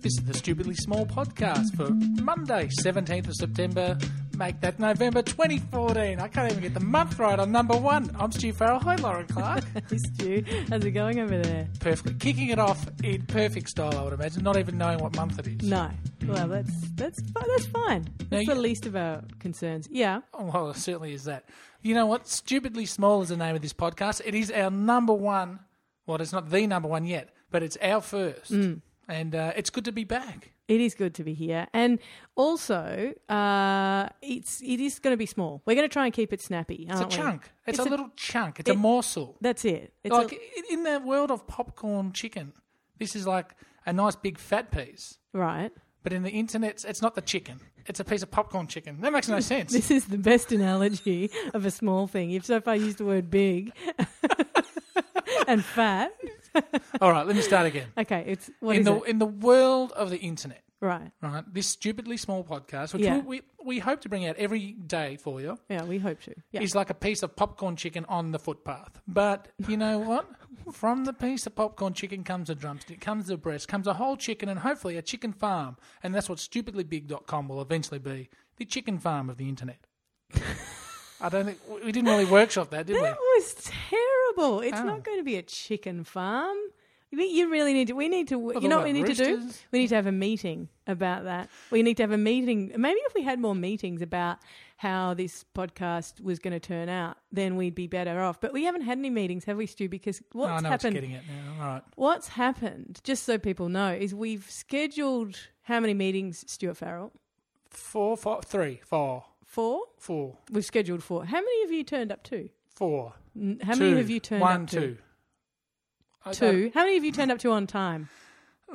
This is the Stupidly Small podcast for Monday, 17th of September. Make that November 2014. I can't even get the month right on number one. I'm Stu Farrell. Hi, Lauren Clark. Hey, Stu, how's it going over there? Perfectly. Kicking it off in perfect style, I would imagine, not even knowing what month it is. No. Well, that's that's fi- that's fine. That's you- the least of our concerns. Yeah. Oh, Well, it certainly is that. You know what? Stupidly Small is the name of this podcast. It is our number one. Well, it's not the number one yet, but it's our first. Mm. And uh, it's good to be back. It is good to be here, and also uh, it's it is going to be small. We're going to try and keep it snappy, It's aren't a we? chunk. It's, a, little chunk. It's a morsel. That's it. It's like a, i in the world of popcorn chicken, this is like a nice big fat piece. right. But in the internet, it's not the chicken; it's a piece of popcorn chicken. That makes no sense. This is the best analogy of a small thing. You've so far used the word big and fat. All right, let me start again. Okay, it's what In is the it? in the world of the internet, Right. right? This stupidly small podcast, which Yeah. we, we we hope to bring out every day for you, Yeah, we hope to. Yeah. is like a piece of popcorn chicken on the footpath. But you know what? From the piece of popcorn chicken comes a drumstick, comes a breast, comes a whole chicken, and hopefully a chicken farm. And that's what stupidlybig.com will eventually be the chicken farm of the internet. I don't think we didn't really workshop that, did we? That was terrible. It's Oh. not going to be a chicken farm. You mean- You really need to. We need to. you all know what the we need to do? roosters. We need to have a meeting about that. We need to have a meeting. Maybe if we had more meetings about how this podcast was going to turn out, then we'd be better off. But we haven't had any meetings, have we, Stu? Because Oh, I what's know it's happened? getting it now. All right. What's happened? Just so people know, is we've scheduled how many meetings, Stuart Farrell? Four, four, three, four, Four. four, We've scheduled four. How many of you turned up to? four. N- How two, many of you turned one, up to? two. I- I- Two. How many of you turned up to on time?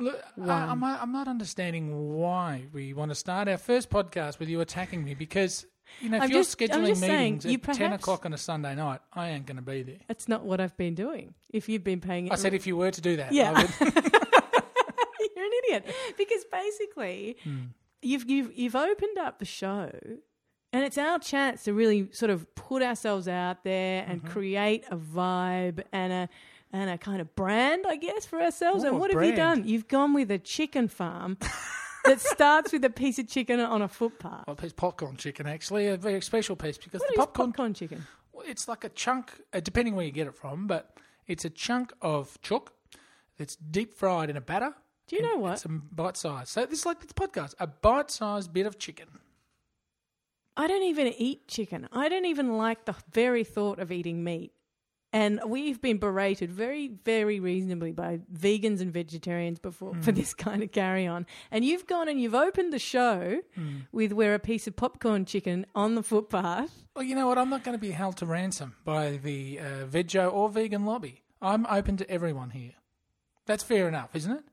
Look, I, I'm, not, I'm not understanding why we want to start our first podcast with you attacking me because you know if I'm you're just- I'm scheduling just saying, meetings you at ten perhaps- o'clock on a Sunday night, I ain't going to be there. That's not what I've been doing. If you've been paying it, I said if you were to do that, I Yeah. would- you're an idiot. Because basically, Hmm. you've you've you've opened up the show, and it's our chance to really sort of put ourselves out there Mm-hmm. and create a vibe and a and a kind of brand, I guess, for ourselves. Ooh, and a what have you brand. done? You've gone with a chicken farm. that starts with a piece of chicken on a footpath. well, it's popcorn chicken actually a very special piece because What the is popcorn, popcorn chicken? well, it's like a chunk, uh, depending where you get it from, but it's a chunk of chook that's deep fried in a batter. Do you know what? It's a bite size. So this is like this podcast, a bite-sized bit of chicken. I don't even eat chicken. I don't even like the very thought of eating meat. And we've been berated very, very reasonably by vegans and vegetarians before for Hmm. this kind of carry on. And you've gone and you've opened the show Hmm. with where a piece of popcorn chicken on the footpath. Well, you know what? I'm not going to be held to ransom by the uh, veggie or vegan lobby. I'm open to everyone here. That's fair enough, isn't it?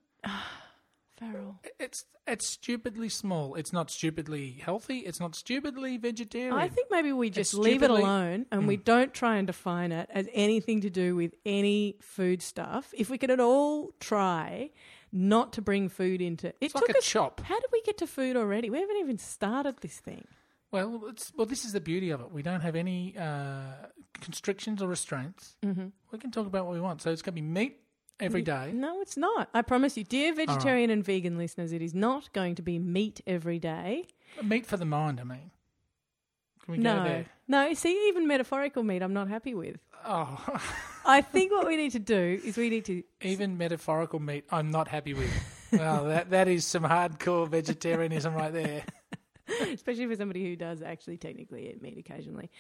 Farrell. It's it's stupidly small. It's not stupidly healthy. It's not stupidly vegetarian. I think maybe we just It's leave it stupidly- Hmm. alone and we don't try and define it as anything to do with any food stuff. If we could at all try not to bring food into it, it's like took a us chop. How did we get to food already? We haven't even started this thing. Well, it's, well, this is the beauty of it. We don't have any uh, constrictions or restraints. Mm-hmm. We can talk about what we want. So it's going to be meat Mm. every day. No, it's not. I promise you, dear vegetarian and vegan listeners, it is not going to be meat every day. Meat for the mind. I mean, can we go No. there? No, see, even metaphorical meat I'm not happy with. Oh, I think what we need to do is we need to. Even metaphorical meat, I'm not happy with. well, that that is some hardcore vegetarianism right there. especially for somebody who does actually technically eat meat occasionally.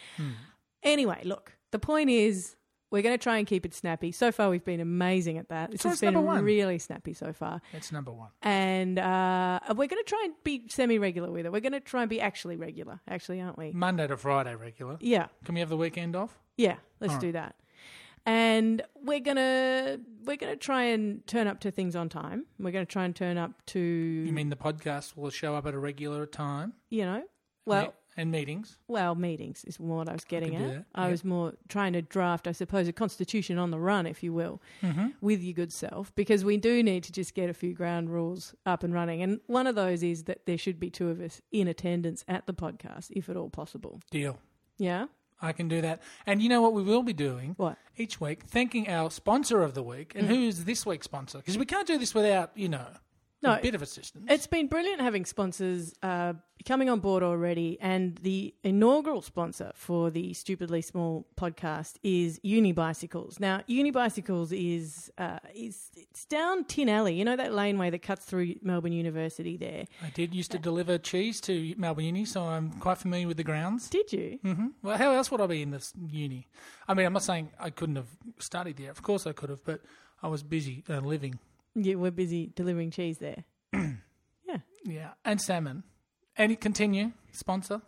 Anyway, look, the point is we're going to try and keep it snappy. So far, we've been amazing at that. This So has it's been number one. really snappy so far. That's number one. And uh, we're going to try and be semi regular with it. We're going to try and be actually regular, actually, aren't we? Monday to Friday regular. Yeah, Can we have the weekend off? yeah, let's All do that. And we're gonna we're gonna try and turn up to things on time. We're gonna try and turn up to You you, mean the podcast will show up at a regular time? know well Yeah, and meetings. Well, meetings is what I was getting can do at. that, I yeah. was more trying to draft, I suppose, a constitution on the run, if you will, with your good self, because we do need to just get a few ground rules up and running. And one of those is that there should be two of us in attendance at the podcast, if at all possible. Deal. Yeah? I can do that. And you know what we will be doing What? each Mm. week? Thanking our sponsor of the week. And who is this week's sponsor? Because we can't do this without, you know, No, a bit of assistance. It's been brilliant having sponsors uh, coming on board already, and the inaugural sponsor for the Stupidly Small podcast is Unibicycles. Now, Unibicycles is uh, is it's down Tin Alley, you know that laneway that cuts through Melbourne University. There, I did used to deliver cheese to Melbourne Uni, so I'm quite familiar with the grounds. did you? hmm Well, how else would I be in this uni? I mean, I'm not saying I couldn't have studied there. Of course I could have, but I was busy uh, living. Yeah, we're busy delivering cheese there. Yeah, and salmon. And continue sponsor.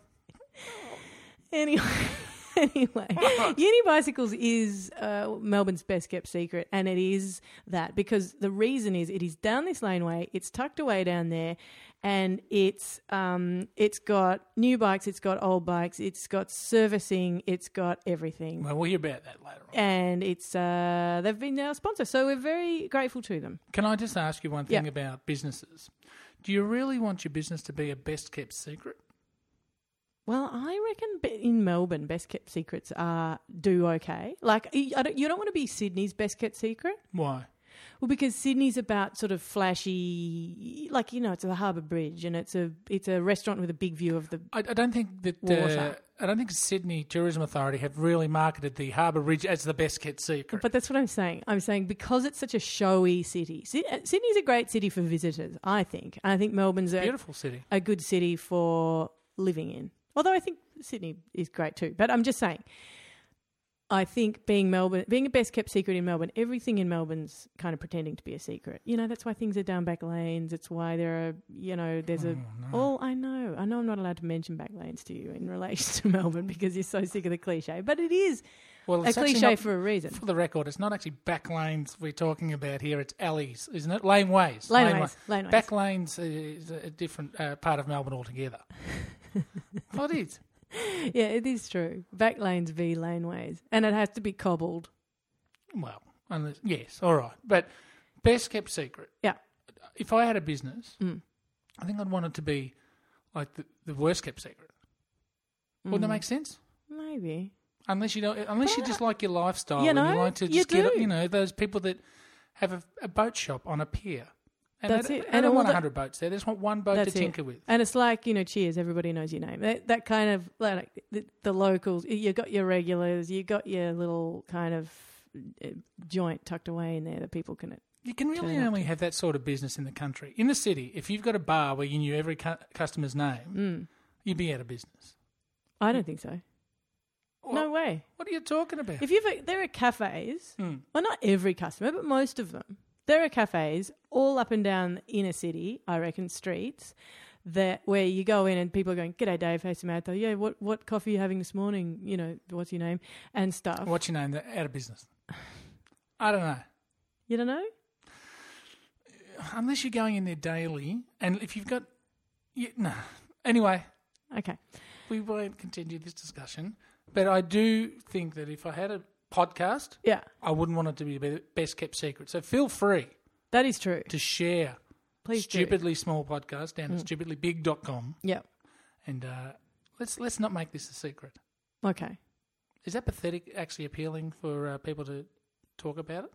Anyway, anyway, Unibicycles is uh, Melbourne's best kept secret, and it is that because the reason is it is down this laneway. It's tucked away down there, and it's um, it's got new bikes, it's got old bikes, it's got servicing, it's got everything, Well, we'll hear about that later on. and it's uh, they've been our sponsor, so we're very grateful to them. Can I just ask you one thing Yeah. about businesses? Do you really want your business to be a best kept secret? Well, I reckon be- in Melbourne, best kept secrets are do okay. Like you I don't, you don't want to be Sydney's best kept secret. Why? Well, because Sydney's about sort of flashy, like you know, it's a harbour bridge and it's a it's a restaurant with a big view of the. I, I don't think that uh, Water. I don't think Sydney Tourism Authority have really marketed the Harbour Ridge as the best kept secret. But that's what I'm saying. I'm saying because it's such a showy city. Syd- uh, Sydney's a great city for visitors, I think. I think Melbourne's a, Beautiful city. a good city for living in. Although I think Sydney is great too. But I'm just saying, I think being Melbourne, being a best kept secret in Melbourne, everything in Melbourne's kind of pretending to be a secret. You know, that's why things are down back lanes. It's why there are, you know, there's a Oh, no. All I know, I know I'm not allowed to mention back lanes to you in relation to Melbourne because you're so sick of the cliche, but it is well, a it's actually cliche not- for a reason. For the record, it's not actually back lanes we're talking about here. It's alleys, isn't it? Laneways. Laneways, laneways. Back lanes is a different uh, part of Melbourne altogether. well, it is. Yeah, it is true. Back lanes v laneways, and it has to be cobbled. Well, unless, yes, all right. But best kept secret. Yeah. If I had a business, Mm. I think I'd want it to be like the, the worst kept secret. Wouldn't that make sense? Mm. Maybe. Unless you don't, unless you just like your lifestyle You and know, you like to you just get, do. you know, those people that have a, a boat shop on a pier. And That's they, it. They And don't all want the- hundred boats there. They just want one boat to That's it. tinker with. And it's like, you know, cheers, everybody knows your name. That, that kind of, like, the, the locals, you got your regulars, you got your little kind of uh, joint tucked away in there that people can. You can really Turn up only have that sort of business in the country. In the city, if you've got a bar where you knew every cu- customer's name, Mm. you'd be out of business. I don't think so. Mm. Well, No way. What are you talking about? If you've, there are cafes Mm. well, not every customer, but most of them. There are cafes all up and down the inner city, I reckon, streets that where you go in and people are going, "G'day, Dave. Hey, Samantha. Yeah, what what coffee are you having this morning? You know, what's your name and stuff. What's your name? They're out of business. I don't know. You don't know? Unless you're going in there daily, and if you've got, you, no. Anyway, Okay. we won't continue this discussion. But I do think that if I had a podcast, Yeah, I wouldn't want it to be the best kept secret. So feel free that is true. to share Please do. Mm. stupidly small podcast down at stupidlybig.com. Yeah. and uh, let's let's not make this a secret. Okay. Is that pathetic actually appealing for uh, people to talk about it?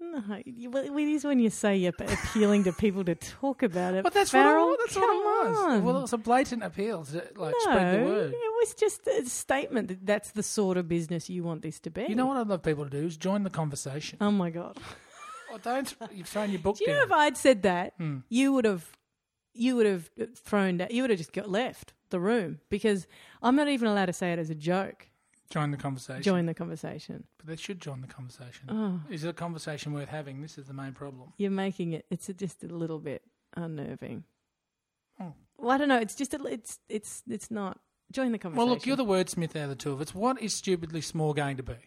No, you- well, it is when you say you're appealing to people to talk about it. But that's Farrell, what I, that's what it come was. on. Well, it was a blatant appeal to like no, spread the word. it was just a statement that that's the sort of business you want this to be. You know what I'd love people to do is join the conversation. Oh my god. oh, don't you've thrown your book Do you know down. Hmm, if I'd said that, you would have, you would have thrown, that, you would have just got left the room because I'm not even allowed to say it as a joke. join the conversation. Join the conversation. But they should join the conversation. Oh, Is it a conversation worth having? This is the main problem. you're making it. It's just a little bit unnerving. Oh. Well, I don't know. It's just a. It's it's it's not. Join the conversation. Well, look, you're the wordsmith out of the two of us. What is stupidly small going to be?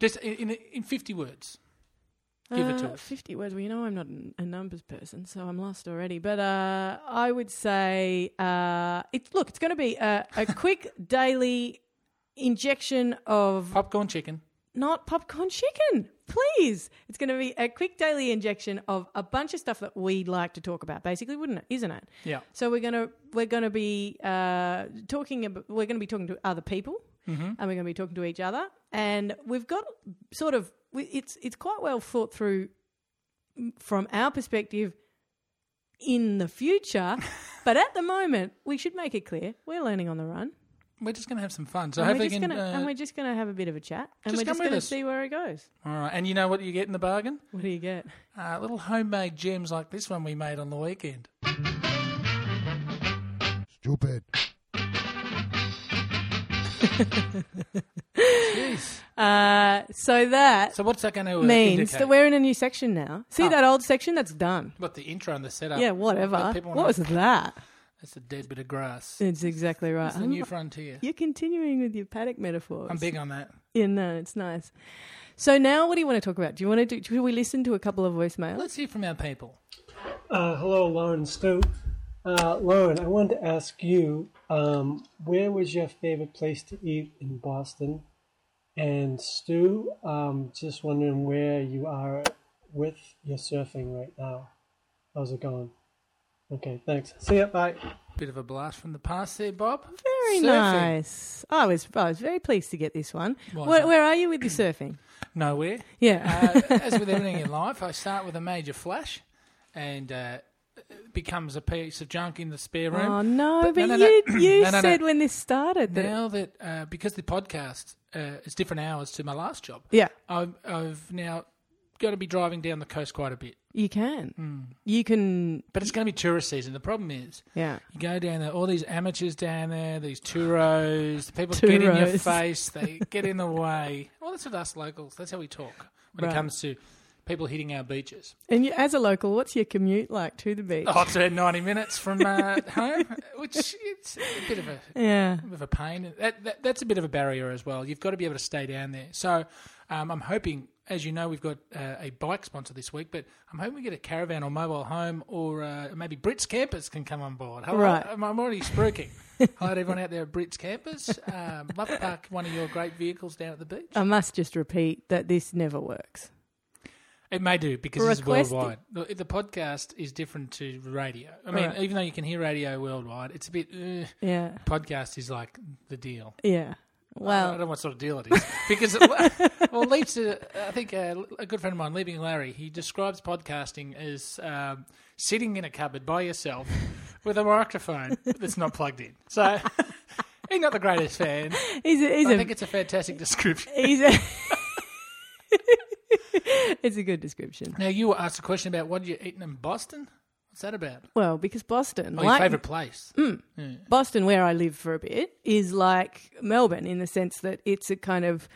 Just in in, in fifty words. give it to us. Uh, Fifty words. Well, you know I'm not an- a numbers person, so I'm lost already. But uh, I would say, uh, it, look, it's going to be a, a quick daily injection of Popcorn chicken. not popcorn chicken. Please. It's going to be a quick daily injection of a bunch of stuff that we like to talk about, basically, wouldn't it? Isn't it? Yeah. So we're going to we're going to be uh, talking. About, we're going to be talking to other people, and we're going to be talking to each other. And we've got sort of we- it's it's quite well thought through from our perspective in the future. but at the moment, we should make it clear we're learning on the run. We're just going to have some fun. So and, we're hopefully, just you can, gonna, uh, and we're just going to have a bit of a chat. And just we're come just with going to us. see where it goes. all right. And you know what you get in the bargain? What do you get? Uh, little homemade gems like this one we made on the weekend. Stupid. Jeez. Uh, so that So what's that going to means indicate? that we're in a new section now. See Oh. that old section? That's done. What the intro and the setup? Yeah, Let whatever. people What was know. that? That's a dead bit of grass. It's exactly right. It's the I'm- new frontier. You're continuing with your paddock metaphors. I'm big on that. Yeah, no, it's nice. So now, what do you want to talk about? Do you want to do? Should we listen to a couple of voicemails? Let's hear from our people. Uh, hello, Lauren Stu. Uh, Lauren, I wanted to ask you, um, where was your favorite place to eat in Boston? And Stu, um, just wondering where you are with your surfing right now. How's it going? Okay, thanks. See ya. Bye. Bit of a blast from the past there, Bob. Very Surfing. nice. I was I was very pleased to get this one. Was Where, it? where are you with your surfing? Nowhere. Yeah. Uh, as with everything in life, I start with a major flash, and uh, it becomes a piece of junk in the spare room. oh no, but, But no, no, you no. you No, no, no. said when this started that now that uh, because the podcast uh, is different hours to my last job, yeah, I've, I've now got to be driving down the coast quite a bit. you can. Hmm. You can But it's going to be tourist season. The problem is, yeah. you go down there, all these amateurs down there, these touros, the people get in your Touros. face, they get in the way. Well, that's with us locals. That's how we talk when Right. it comes to people hitting our beaches. And you, as a local, what's your commute like to the beach? Oh, it's about 90 minutes from uh, home, which it's a bit of a, Yeah. bit of a pain. That, that, that's a bit of a barrier as well. You've got to be able to stay down there. So um, I'm hoping, as you know, we've got uh, a bike sponsor this week, but I'm hoping we get a caravan or mobile home or uh, maybe Brits Campers can come on board. Hello, Right. I'm, I'm already spruiking. Hello to everyone out there at Brits Campers. Um, love to park one of your great vehicles down at the beach. I must just repeat that this never works. It may do because it's Request it. worldwide. The, the podcast is different to radio. I mean, Right. even though you can hear radio worldwide, it's a bit. Uh, Yeah. podcast is like the deal. Yeah. I Well, don't know what sort of deal it is because it, well, Leaf's a, I think a, a good friend of mine, Leaving Larry, he describes podcasting as um, sitting in a cupboard by yourself with a microphone that's not plugged in. So he's not the greatest fan. he's a, he's I a think it's a fantastic description. He's a it's a good description. Now you were asked a question about what you eaten in Boston. What's that about? Well, because Boston, Oh, your like mm, favorite place? Boston, where I live for a bit, is like Melbourne in the sense that it's a kind of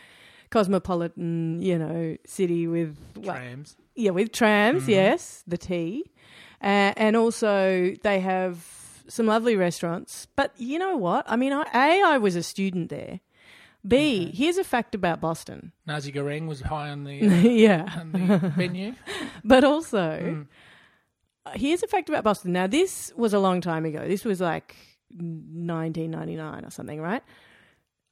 cosmopolitan, you know, city with like, Trams. yeah, with trams, yes, the T, uh, and also they have some lovely restaurants. But you know what? I mean, I, a I was a student there. B here's a fact about Boston. Nazi Goreng was high on the, yeah. on the menu. But also, uh, here's a fact about Boston. Now, this was a long time ago. This was like 1999 or something, right?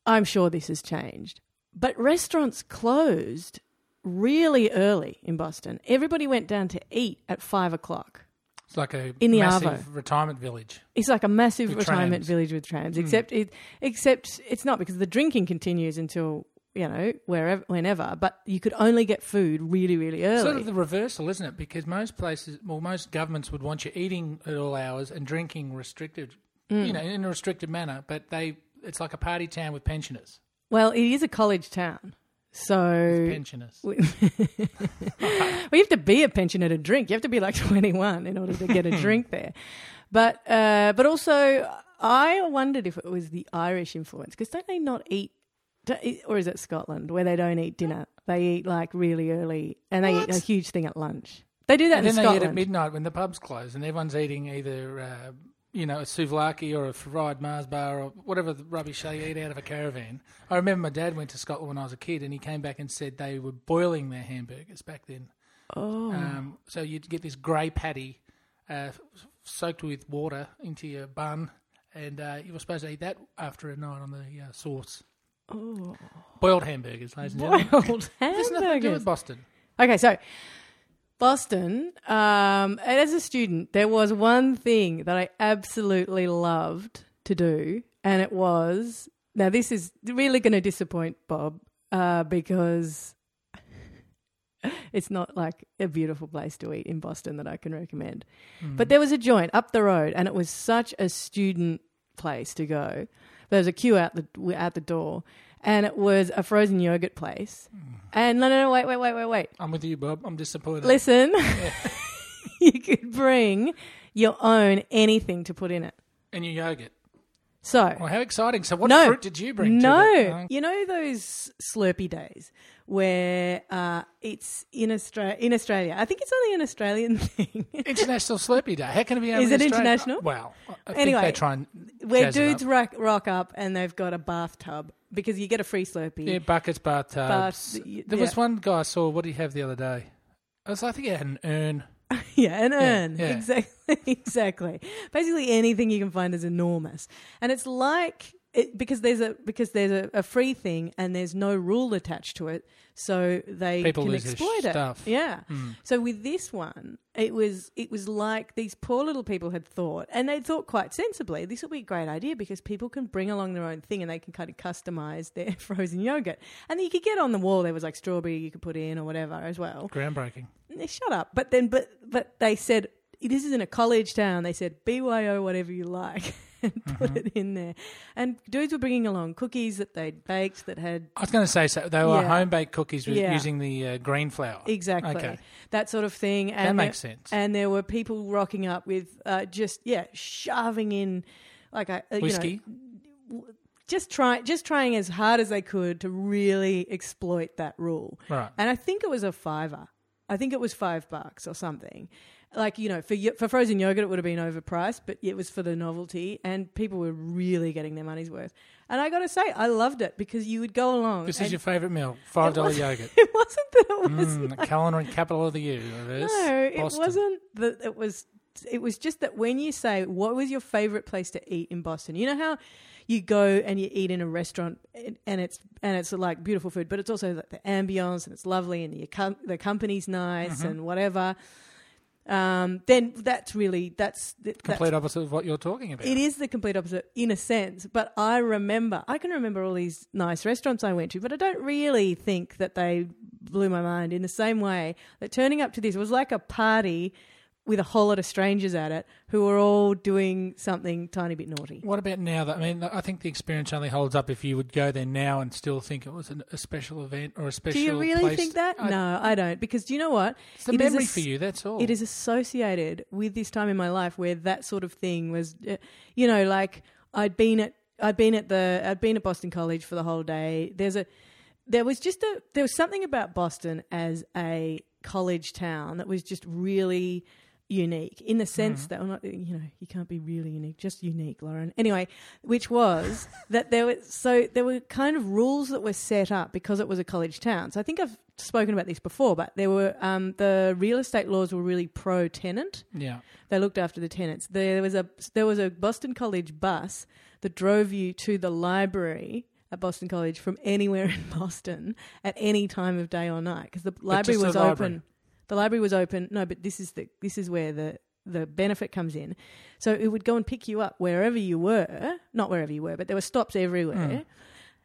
I'm sure this has changed. But restaurants closed really early in Boston. Everybody went down to eat at five o'clock. It's like a In the massive Arvo. retirement village. It's like a massive With retirement trams. Hmm. village with trams, except it, except it's not because the drinking continues until you know wherever, whenever. But you could only get food really, really early. Sort of the reversal, isn't it? Because most places, well, most governments would want you eating at all hours and drinking restricted, Hmm. you know, in a restricted manner. But they, it's like a party town with pensioners. Well, it is a college town. So Pensioners. we, we have to be a pensioner to drink. You have to be like 21 in order to get a drink there. But uh, but also, I wondered if it was the Irish influence because don't they not eat, don't, or is it Scotland where they don't eat dinner? They eat like really early and they eat a huge thing at lunch. They do And that then in they Scotland. eat at midnight when the pubs close and everyone's eating either, uh, you know, a souvlaki or a fried Mars bar or whatever the rubbish they eat out of a caravan. I remember my dad went to Scotland when I was a kid and he came back and said they were boiling their hamburgers back then. oh, Um, so you'd get this grey patty uh, soaked with water into your bun, and uh, you were supposed to eat that after a night on the uh, sauce. oh. Boiled hamburgers, ladies and gentlemen. Boiled There's nothing to do hamburgers. with Boston. Okay, so Boston, um, and as a student, there was one thing that I absolutely loved to do, and it was now this is really going to disappoint Bob uh, because it's not like a beautiful place to eat in Boston that I can recommend. But there was a joint up the road, and it was such a student place to go. There was a queue out the out the door, and it was a frozen yogurt place. And no, no, no, wait, wait, wait, wait, wait. I'm with you, Bob. I'm disappointed. Listen, you could bring your own anything to put in it. and your yogurt. So Well, how exciting! So, what No. fruit did Oh, you bring? no. to the- uh, you know those Slurpee days where uh, it's in Australia. In Australia, I think it's only an Australian thing. International Slurpee Day. How can it be? Is only it Australian? international? Well, I- I Anyway, think they try and where jazz it dudes up. rock, rock up and they've got a bathtub because you get a free Slurpee. yeah, buckets, bathtubs. Bath- y- there was yeah. one guy I saw. What did he have the other day? I was, I think he had an urn. Yeah, an urn. yeah. Exactly. exactly. Basically anything you can find is enormous. And it's like it, because there's a because there's a, a free thing and there's no rule attached to it, so they People can lose their exploit stuff. Hmm. it. Yeah. So with this one, it was it was like these poor little people had thought, and they thought quite sensibly, this would be a great idea because people can bring along their own thing and they can kind of customize their frozen yogurt. And you could get on the wall. There was like strawberry you could put in or whatever as well. Groundbreaking. They shut up. But then, but but they said this isn't a college town. They said BYO whatever you like and put Mm-hmm. it in there. And dudes were bringing along cookies that they'd baked that had I was going to say so. They were Yeah. home baked cookies with, Yeah. using the uh, green flour. exactly Okay. that sort of thing. And That there- makes sense. And there were people rocking up with uh, just yeah shoving in like a, a You know, Whiskey. just try, just trying as hard as they could to really exploit that rule. Right. And I think it was a fiver. I think it was five bucks or something. Like you know, for yo- for frozen yogurt, it would have been overpriced, but it was for the novelty, and people were really getting their money's worth. And I got to say, I loved it because you would go along. This and is your favourite meal. Five dollar yogurt. It wasn't that it was Mm, the culinary capital of the U. of this, no, it Boston. wasn't that it was it was just that when you say what was your favorite place to eat in Boston, you know how you go and you eat in a restaurant and, and it's and it's like beautiful food, but it's also like the ambience and it's lovely and the com- the company's nice and whatever. Um, then that's really that's that- that's Complete opposite of what you're talking about. it is the complete opposite in a sense, but I remember, I can remember all these nice restaurants I went to, but I don't really think that they blew my mind in the same way that turning up to this was like a party with a whole lot of strangers at it who were all doing something tiny bit naughty. What about now? That I mean, I think the experience only holds up if you would go there now and still think it was an, a special event or a special. Do you really place. think that? I- no, I don't, because do you know what? it's the It is a memory s- for you. That's all. It is associated with this time in my life where that sort of thing was, uh, you know, like I'd been at I'd been at the I'd been at Boston College for the whole day. There's a there was just a there was something about Boston as a college town that was just really unique in the sense that well, not you know you can't be really unique just unique Lauren anyway which was that there were so there were kind of rules that were set up because it was a college town so I think I've spoken about this before but there were um, the real estate laws were really pro tenant Yeah. they looked after the tenants. There was a there was a Boston College bus that drove you to the library at Boston College from anywhere in Boston at any time of day or night because the library just the was library. open. The library was open. No, but this is the this is where the the benefit comes in. So it would go and pick you up wherever you were, not wherever you were, but there were stops everywhere.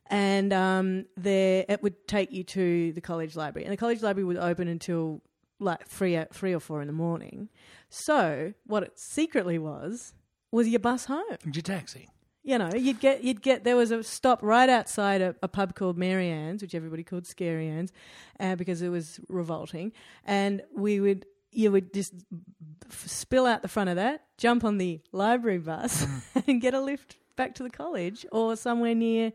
Hmm. And um, there, it would take you to the college library, and the college library was open until like three, o- three or four in the morning. So what it secretly was was your bus home. And your taxi. You know, you'd get you'd get there was a stop right outside a, a pub called Mary Ann's, which everybody called Scary Ann's, uh, because it was revolting. And we would you would just f- spill out the front of that, jump on the library bus, Mm. and get a lift back to the college or somewhere near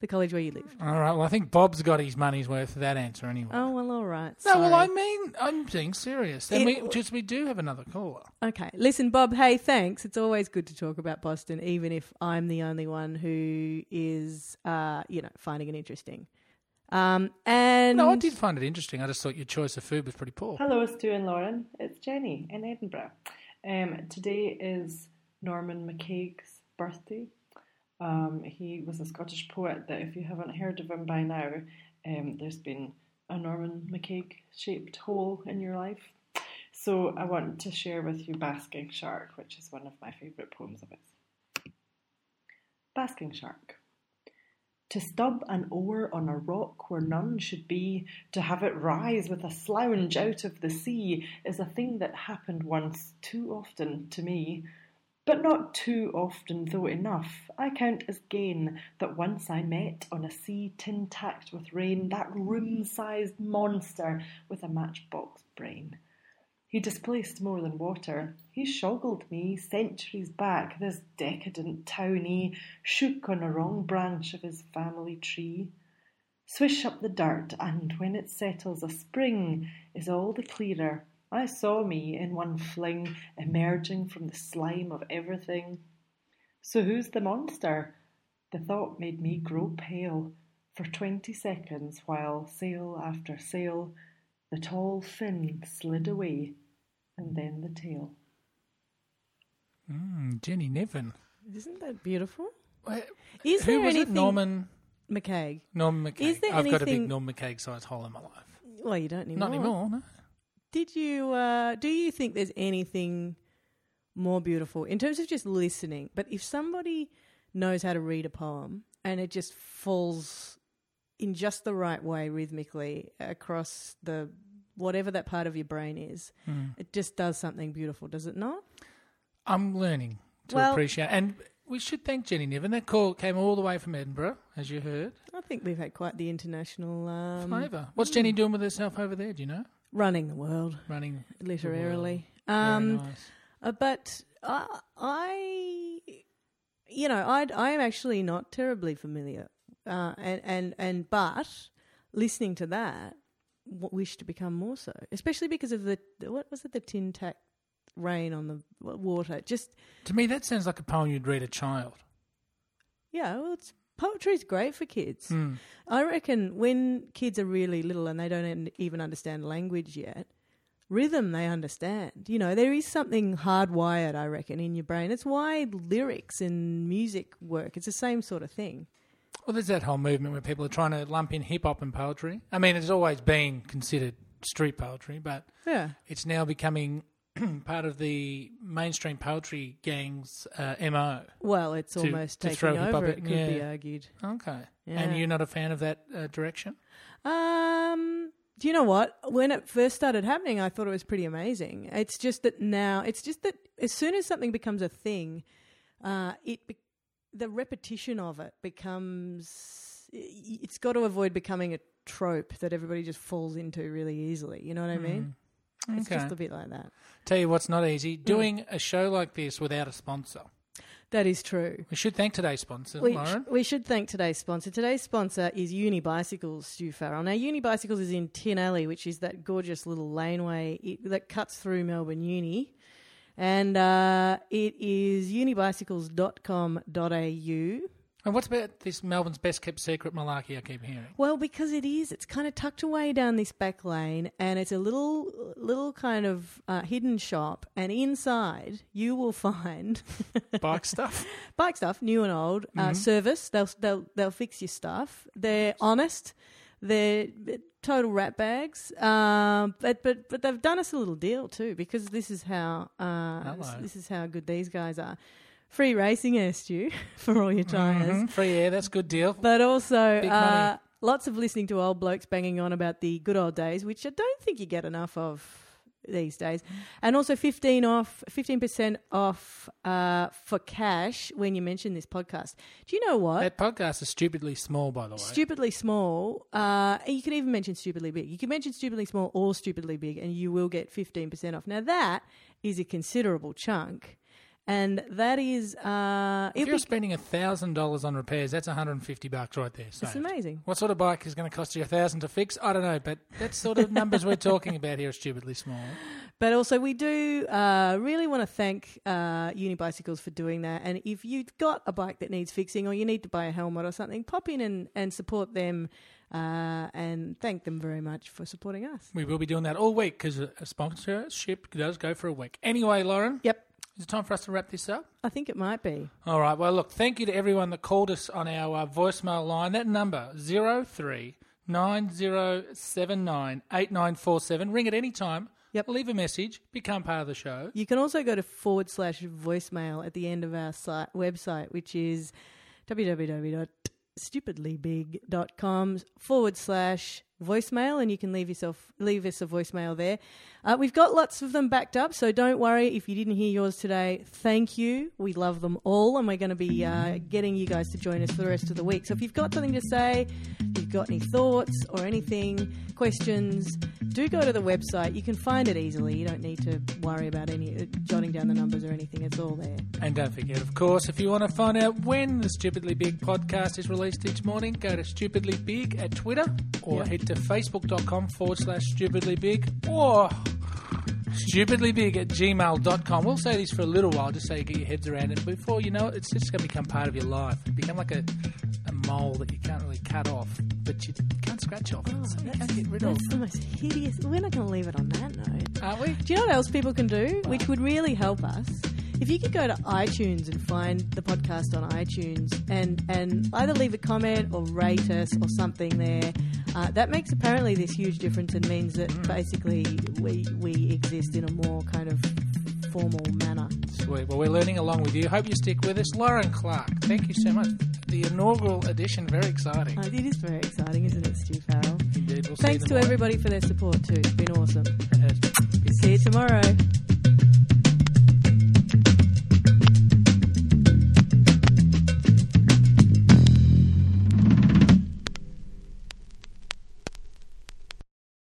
the college where you lived. All right. Well, I think Bob's got his money's worth for that answer anyway. Oh well, all right. no, well, I sorry. mean, I'm being serious. And It- we, just we do have another caller. Okay. Listen, Bob, hey, thanks. It's always good to talk about Boston, even if I'm the only one who is, uh, you know, finding it interesting. Um, and No, I did find it interesting. I just thought your choice of food was pretty poor. Hello, Stu and Lauren. It's Jenny in Edinburgh. Um, today is Norman McCaig's birthday. Um, he was a Scottish poet that, if you haven't heard of him by now, um, there's been a Norman McCaig shaped hole in your life. So, I want to share with you Basking Shark, which is one of my favourite poems of his. Basking Shark. To stub an oar on a rock where none should be, to have it rise with a slounge out of the sea, is a thing that happened once too often to me. But not too often, though enough. I count as gain that once I met on a sea tin tacked with rain that room sized monster with a matchbox brain. He displaced more than water. He shoggled me centuries back, this decadent townie, shook on a wrong branch of his family tree. Swish up the dirt, and when it settles, a spring is all the clearer. I saw me in one fling emerging from the slime of everything. So who's the monster? The thought made me grow pale for twenty seconds while sail after sail, the tall fin slid away, and then the tail. Mm, Jenny Nevin. Isn't that beautiful? Wha- Is Who there was anything it? Norman. McCaig? Norman McCaig. Is there I've got a big anything- Norman McCaig sized hole in my life. Well, you don't anymore. Not anymore. No. Did you? Uh, do you think there's anything more beautiful in terms of just listening? But if somebody knows how to read a poem and it just falls in just the right way rhythmically across the whatever that part of your brain is, Hmm. it just does something beautiful, does it not? I'm learning to Well- appreciate, and we should thank Jenny Niven. That call came all the way from Edinburgh, as you heard. I think we've had quite the international um, Flavour. What's Jenny doing with herself over there? Do you know? running the world Running the world. literarily. Very Um, nice. Uh, but I, I, you know, I I am actually not terribly familiar, uh, and and and but listening to that, w- wish to become more so, especially because of the what was it the tin tack rain on the w- water. Just To me, that sounds like a poem you'd read a child. yeah, well, it's poetry's great for kids. Mm. I reckon when kids are really little and they don't en- even understand language yet, rhythm they understand. You know, there is something hardwired, I reckon, in your brain. It's why lyrics and music work. It's the same sort of thing. Well, there's that whole movement where people are trying to lump in hip hop and poetry. I mean, it's always been considered street poetry, but Yeah. it's now becoming part of the mainstream poetry gang's uh, MO. Well, it's To- almost to taking throw hip-hop over, at- it could be yeah. argued. Okay. Yeah. And you're not a fan of that uh, direction? Um, do you know what? When it first started happening, I thought it was pretty amazing. It's just that now, it's just that as soon as something becomes a thing, uh, it be- the repetition of it becomes. i- i- It's got to avoid becoming a trope that everybody just falls into really easily. You know what I mean? It's Hmm. Okay. just Mm. a bit like that. Tell you what's not easy doing a show like this without a sponsor. That is true. We should thank today's sponsor, We, sh- Lauren. we should thank today's sponsor. Today's sponsor is Uni Bicycles, Stu Farrell. Now, Uni Bicycles is in Tin Alley, which is that gorgeous little laneway it, that cuts through Melbourne Uni. And uh, it is unibicycles.com.au. And what's about this Melbourne's best kept secret malarkey I keep hearing? Well, because it is, it's kind of tucked away down this back lane, and it's a little, little kind of uh, hidden shop. And inside, you will find Bike stuff? bike stuff, new and old, uh, service. They'll they'll they'll fix your stuff. They're honest. They're total rat bags. Um, but but but they've done us a little deal too because this is how uh, Hello. this is how good these guys are. Free racing air stew for all your tires, Mhm, Free air, that's a good deal. but also. Big Uh, money. Lots of listening to old blokes banging on about the good old days, which I don't think you get enough of these days. And also fifteen off, fifteen percent off uh, for cash when you mention this podcast. Do you know what? That podcast is stupidly small, by the way. Stupidly small. Uh, you can even mention stupidly big. You can mention stupidly small or stupidly big, and you will get fifteen percent off. Now that is a considerable chunk, and that is uh, if it'll you're be, spending a thousand dollars on repairs, that's 150 bucks right there. it's saved. amazing. What sort of bike is going to cost you a thousand to fix? I don't know, but that's sort of numbers we're talking about here. Are stupidly small. But also, we do uh, really want to thank uh, Uni Bicycles for doing that. And if you've got a bike that needs fixing or you need to buy a helmet or something, pop in and, and support them uh, and thank them very much for supporting us. We will be doing that all week because a sponsorship does go for a week. Anyway, Lauren, Yep, is it time for us to wrap this up? I think it might be. All right. Well, look, thank you to everyone that called us on our uh, voicemail line. That number zero three nine zero seven nine eight nine four seven. Ring at any time. Yep. Leave a message. Become part of the show. You can also go to forward slash voicemail at the end of our site, website, which is www.uni stupidlybig.com forward slash voicemail and you can leave yourself leave us a voicemail there uh, we've got lots of them backed up so don't worry if you didn't hear yours today thank you we love them all and we're going to be uh, getting you guys to join us for the rest of the week so if you've got something to say if you've got any thoughts or anything questions do go to the website you can find it easily you don't need to worry about any uh, jotting down the numbers or anything it's all there And don't forget, of course, if you want to find out when the Stupidly Big podcast is released each morning, go to Stupidly Big at Twitter or Yeah. head to facebook.com forward slash stupidly big or stupidly big at gmail.com. We'll say this for a little while just so you get your heads around it. Before you know it, it's just going to become part of your life. It become like a, a mole that you can't really cut off, but you can't scratch off. Oh, It's something you that's, can't get rid of. that's the most hideous. We're not going to leave it on that note. Aren't we? Do you know what else people can do, which would really help us? If you could go to iTunes and find the podcast on iTunes and, and either leave a comment or rate us or something there, uh, that makes apparently this huge difference and means that basically we, we exist in a more kind of formal manner. Sweet. Well, we're learning along with you. Hope you stick with us. Lauren Clark, thank you so much. The inaugural edition, very exciting. Uh, it is very exciting, isn't it, Stu Farrell? Indeed, we'll see you Thanks to tomorrow. everybody for their support too. It's been awesome. It has been. See you tomorrow.